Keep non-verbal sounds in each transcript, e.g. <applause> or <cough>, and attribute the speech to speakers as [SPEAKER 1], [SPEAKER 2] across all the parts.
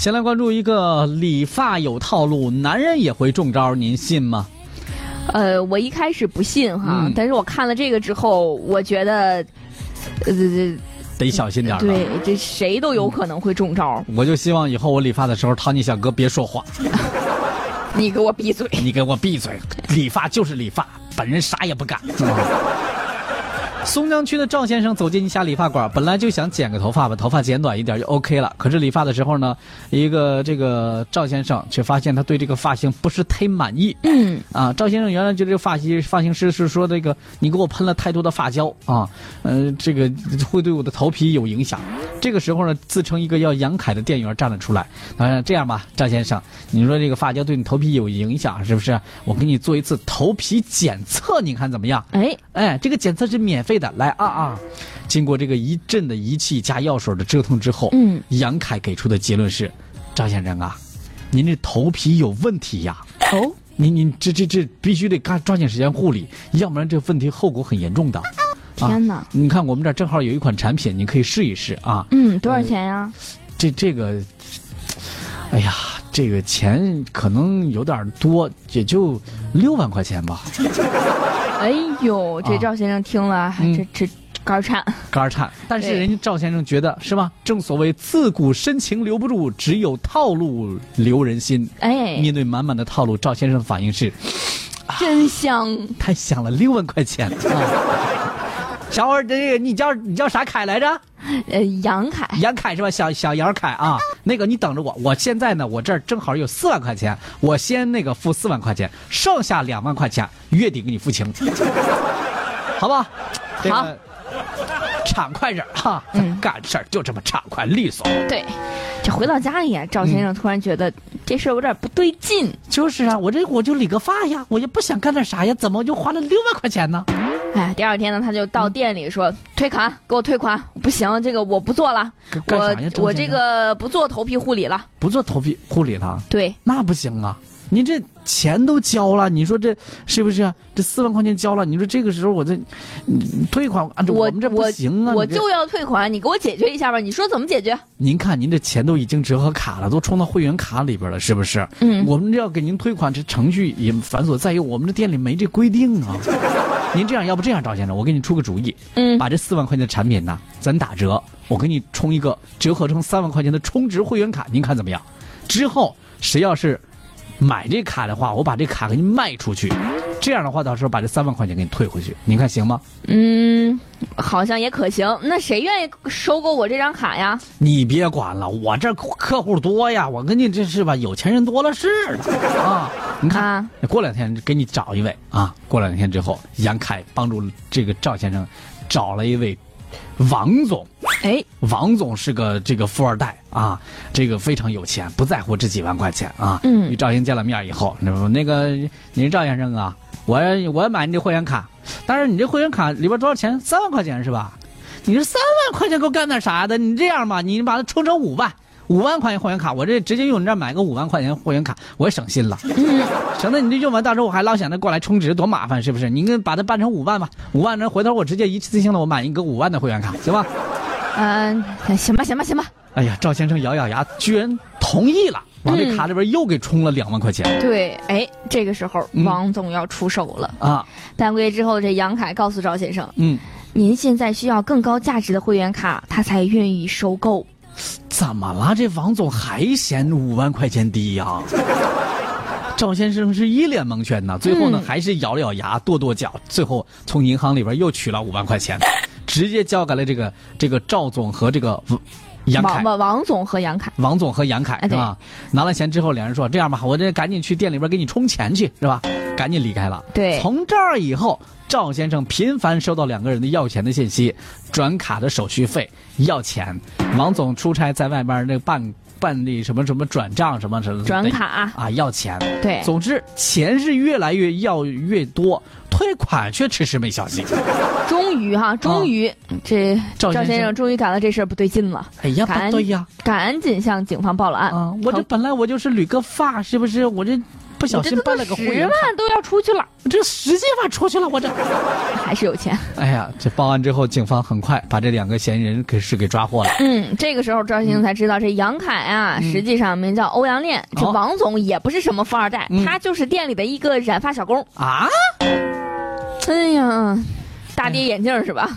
[SPEAKER 1] 先来关注一个理发有套路，男人也会中招，您信吗？
[SPEAKER 2] 呃，我一开始不信哈，
[SPEAKER 1] 嗯
[SPEAKER 2] 但是我看了这个之后，我觉得，呃，这
[SPEAKER 1] 得小心点儿了。啊
[SPEAKER 2] 对，这谁都有可能会中招。
[SPEAKER 1] 我就希望以后我理发的时候，淘你小哥别说话，
[SPEAKER 2] 你给我闭嘴！
[SPEAKER 1] 你给我闭嘴！理发就是理发，本人啥也不干。松江区的赵先生走进一家理发馆，本来就想剪个头发，把头发剪短一点就 OK 了。可是理发的时候呢，一个这个赵先生却发现他对这个发型不是忒满意。嗯，啊，赵先生原来觉得这个发型发型师是说这个你给我喷了太多的发胶啊，呃，这个会对我的头皮有影响。这个时候呢，自称一个叫杨凯的店员站了出来，啊，这样吧，赵先生，你说这个发胶对你头皮有影响是不是？我给你做一次头皮检测，你看怎么样？
[SPEAKER 2] 哎，
[SPEAKER 1] 哎，这个检测是免费的，来啊啊！经过这个一阵的仪器加药水的折腾之后，
[SPEAKER 2] 嗯，
[SPEAKER 1] 杨凯给出的结论是：赵先生啊，您这头皮有问题呀，
[SPEAKER 2] 哦，
[SPEAKER 1] 您您这这这必须得干抓紧时间护理，要不然这问题后果很严重的。
[SPEAKER 2] 天哪
[SPEAKER 1] 啊！你看我们这儿正好有一款产品，你可以试一试啊。
[SPEAKER 2] 嗯，多少钱呀？
[SPEAKER 1] 这这个，哎呀，这个钱可能有点多，也就六万块钱吧，
[SPEAKER 2] <laughs> 哎呦，这
[SPEAKER 1] 啊
[SPEAKER 2] 赵先生听了，还
[SPEAKER 1] 嗯
[SPEAKER 2] 这这肝儿颤。
[SPEAKER 1] 肝儿颤。但是
[SPEAKER 2] 对
[SPEAKER 1] 人家赵先生觉得是吧？正所谓自古深情留不住，只有套路留人心。
[SPEAKER 2] 哎，
[SPEAKER 1] 面对满满的套路，赵先生的反应是
[SPEAKER 2] 真香！
[SPEAKER 1] 太香了，六万块钱啊！小伙儿，这个你叫你叫啥凯来着？
[SPEAKER 2] 呃，杨凯，
[SPEAKER 1] 杨凯是吧？小小杨凯啊，那个你等着我，我现在呢，我这儿正好有四万块钱，我先那个付四万块钱，剩下两万块钱月底给你付清， <laughs> 好吧？这
[SPEAKER 2] 好
[SPEAKER 1] 个畅快点儿哈，<laughs>
[SPEAKER 2] 嗯
[SPEAKER 1] 干事儿就这么畅快利索。
[SPEAKER 2] 对，这回到家里啊，
[SPEAKER 1] 嗯
[SPEAKER 2] 赵先生突然觉得这事儿有点不对劲。
[SPEAKER 1] 就是啊，我这我就理个发呀，我也不想干点啥呀，怎么就花了六万块钱呢？
[SPEAKER 2] 哎，第二天呢，他就
[SPEAKER 1] 嗯
[SPEAKER 2] 到店里说、退款，给我退款，不行，这个我不做了，
[SPEAKER 1] 干干
[SPEAKER 2] 我
[SPEAKER 1] 啥呀
[SPEAKER 2] 我
[SPEAKER 1] 赵先生
[SPEAKER 2] 这个不做头皮护理了。
[SPEAKER 1] 不做头皮护理了，
[SPEAKER 2] 对，
[SPEAKER 1] 那不行啊！您这钱都交了，你说这是不是、啊？这四万块钱交了，你说这个时候我这嗯退款，啊、这
[SPEAKER 2] 我
[SPEAKER 1] 们这不行啊！
[SPEAKER 2] 我
[SPEAKER 1] 你这
[SPEAKER 2] 就要退款，你给我解决一下吧。你说怎么解决？
[SPEAKER 1] 您看您这钱都已经折合卡了，都充到会员卡里边了，是不是？
[SPEAKER 2] 嗯
[SPEAKER 1] 我们这要给您退款，这程序也繁琐再有，我们这店里没这规定啊。您这样，要不这样，赵先生，我给你出个主意，
[SPEAKER 2] 嗯
[SPEAKER 1] 把这四万块钱的产品呢，咱打折，我给你充一个折合成三万块钱的充值会员卡，您看怎么样？之后谁要是买这卡的话，我把这卡给你卖出去，这样的话，到时候把这三万块钱给你退回去，您看行吗？
[SPEAKER 2] 嗯，好像也可行。那谁愿意收购我这张卡呀？
[SPEAKER 1] 你别管了，我这客户多呀，我跟你这是吧，有钱人多了是了啊。 <laughs> 你看，
[SPEAKER 2] 啊
[SPEAKER 1] 过两天给你找一位啊，过两天之后，杨凯帮助这个赵先生找了一位王总。
[SPEAKER 2] 哎，
[SPEAKER 1] 王总是个这个富二代啊，这个非常有钱，不在乎这几万块钱啊。
[SPEAKER 2] 嗯
[SPEAKER 1] 与赵先生见了面以后，那那个你是赵先生啊，我我买你这会员卡，但是你这会员卡里边多少钱？三万块钱是吧？你这三万块钱够干点啥的？你这样吧，你把它充成五万。五万块钱会员卡，我这直接用你这儿买个五万块钱会员卡，我也省心了，省得你这用完，到时候我还老想着过来充值，多麻烦是不是？你给把它办成五万吧，五万呢，回头我直接一次性的我买一个五万的会员卡，行吧？
[SPEAKER 2] 嗯、行吧，行吧，行吧。
[SPEAKER 1] 哎呀，赵先生咬咬牙，居然同意了，往这
[SPEAKER 2] 嗯
[SPEAKER 1] 卡里边又给充了两万块钱、
[SPEAKER 2] 对，哎，这个时候
[SPEAKER 1] 嗯
[SPEAKER 2] 王总要出手了。
[SPEAKER 1] 啊！
[SPEAKER 2] 半个月之后，这杨凯告诉赵先生，
[SPEAKER 1] 嗯，
[SPEAKER 2] 您现在需要更高价值的会员卡，他才愿意收购。
[SPEAKER 1] 怎么了？这王总还嫌五万块钱低呀、 <laughs> 赵先生是一脸蒙圈呐，最后呢、
[SPEAKER 2] 嗯
[SPEAKER 1] 还是咬了咬牙跺跺脚，最后从银行里边又取了五万块钱，直接交给了这个这个赵总和这个杨凯
[SPEAKER 2] 王。王王总和杨凯，
[SPEAKER 1] 王总和杨凯
[SPEAKER 2] 哎
[SPEAKER 1] 是
[SPEAKER 2] 对
[SPEAKER 1] 吧？拿了钱之后，两人说：“这样吧，我这赶紧去店里边给你充钱去，是吧？”赶紧离开了。
[SPEAKER 2] 对
[SPEAKER 1] 从这儿以后，赵先生频繁收到两个人的要钱的信息，转卡的手续费要钱。王总出差在外边那办办理什么什么转账什么什么的
[SPEAKER 2] 转卡
[SPEAKER 1] 啊，要钱。
[SPEAKER 2] 对，
[SPEAKER 1] 总之，钱是越来越要越多，退款却迟迟没消息。
[SPEAKER 2] 终于哈、终于、这
[SPEAKER 1] 嗯赵
[SPEAKER 2] 赵
[SPEAKER 1] 先
[SPEAKER 2] 先
[SPEAKER 1] 生
[SPEAKER 2] 生终于感到这事儿不对劲了，
[SPEAKER 1] 哎呀，
[SPEAKER 2] 感
[SPEAKER 1] 不对呀！
[SPEAKER 2] 赶紧向警方报了案。
[SPEAKER 1] 啊，我这
[SPEAKER 2] 头
[SPEAKER 1] 本来我就是捋个发，是不是？我这不小心办了个会
[SPEAKER 2] 十
[SPEAKER 1] 员卡，
[SPEAKER 2] 万都要出去了，
[SPEAKER 1] 这十几万出去了，我这。
[SPEAKER 2] 还是
[SPEAKER 1] <laughs>
[SPEAKER 2] 有钱。
[SPEAKER 1] 哎呀，这报案之后，警方很快把这两个嫌疑人给是给抓获了。
[SPEAKER 2] 嗯，这个时候赵兴才知道，这杨凯啊，实际上名叫欧阳炼，这
[SPEAKER 1] 嗯哦
[SPEAKER 2] 王总也不是什么富二代，
[SPEAKER 1] 嗯
[SPEAKER 2] 他就是店里的一个染发小工。
[SPEAKER 1] 啊，
[SPEAKER 2] 哎呀，大
[SPEAKER 1] 嗯
[SPEAKER 2] 跌眼镜是吧？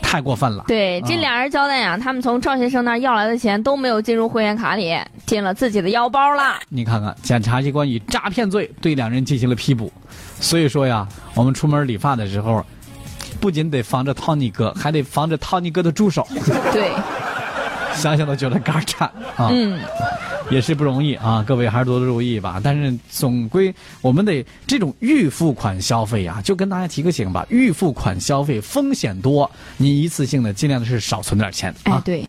[SPEAKER 1] 太过分了。
[SPEAKER 2] 对，
[SPEAKER 1] 啊
[SPEAKER 2] 这俩人交代呀、他们从赵先生那儿要来的钱都没有进入会员卡里，进了自己的腰包啦。
[SPEAKER 1] 你看看，检察机关以诈骗罪对两人进行了批捕。所以说呀，我们出门理发的时候，不仅得防着汤尼哥，还得防着汤尼哥的助手。
[SPEAKER 2] 对，哎
[SPEAKER 1] <laughs> 想想都觉得肝儿颤啊，
[SPEAKER 2] 嗯，
[SPEAKER 1] 也是不容易啊。各位还是多多注意吧。但是总归我们得这种预付款消费啊，就跟大家提个醒吧，预付款消费风险多，你一次性的尽量的是少存点钱啊。
[SPEAKER 2] 哎，对。